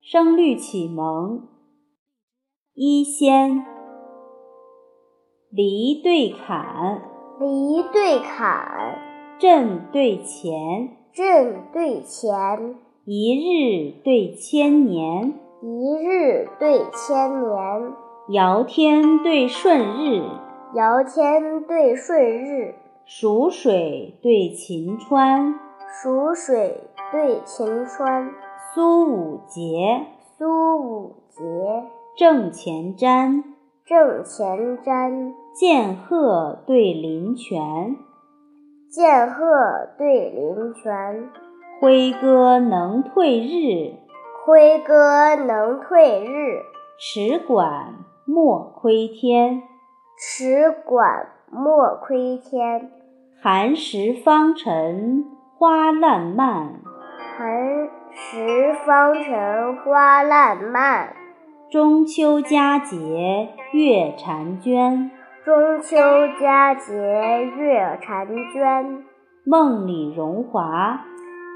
声律启蒙，一仙，犁对砍，犁对砍，阵对前，阵对乾，一日对千年，一日对千年，尧天对舜日，尧天对舜日，蜀水对秦川，蜀水对秦川，苏武节，苏武节，郑前瞻，郑前瞻，剑鹤对林泉，剑鹤对林泉，辉歌能退日，辉歌能退日，持管莫窥天。持管莫窥天。寒食方尘花烂漫，寒食方尘花烂漫，中秋佳节月婵娟。中秋佳节月婵娟。梦里荣华，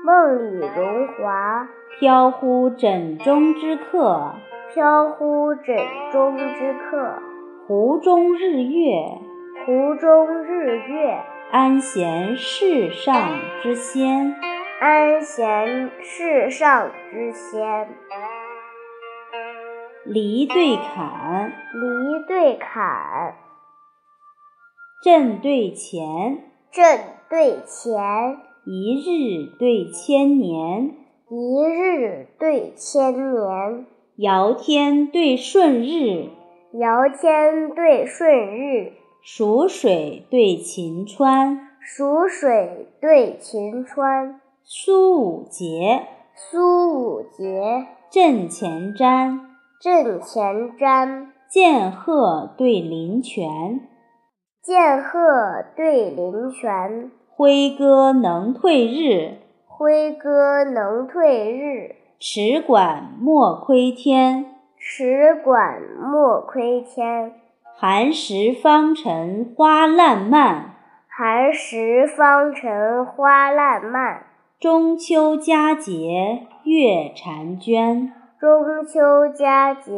梦里荣华，飘忽枕中之客。飘忽枕中之客。湖中日月，湖中日月，安闲世上之仙。安闲世上之仙。犁对砍，犁对砍，阵对前，阵对乾，一日对千年，一日对千年，尧天对舜日，尧天对舜日，蜀水对秦川，蜀水对秦川，苏武节，苏武节，阵前瞻。阵前瞻，剑鹤对林泉，剑鹤对林泉，辉歌能退日，辉歌能退日，持管莫窥天。持管莫窥天。寒食方尘花烂漫，寒食方尘花烂漫，中秋佳节月婵娟。中秋佳节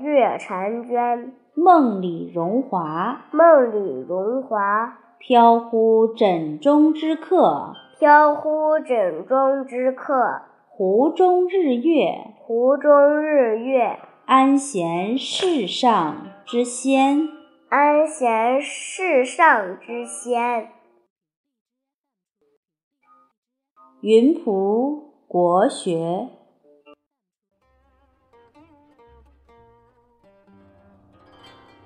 月婵娟。梦里荣华，梦里荣华，飘忽枕中之客。飘忽枕中之客。湖中日月，湖中日月，安闲世上之仙。安闲世上之仙。云浦国学。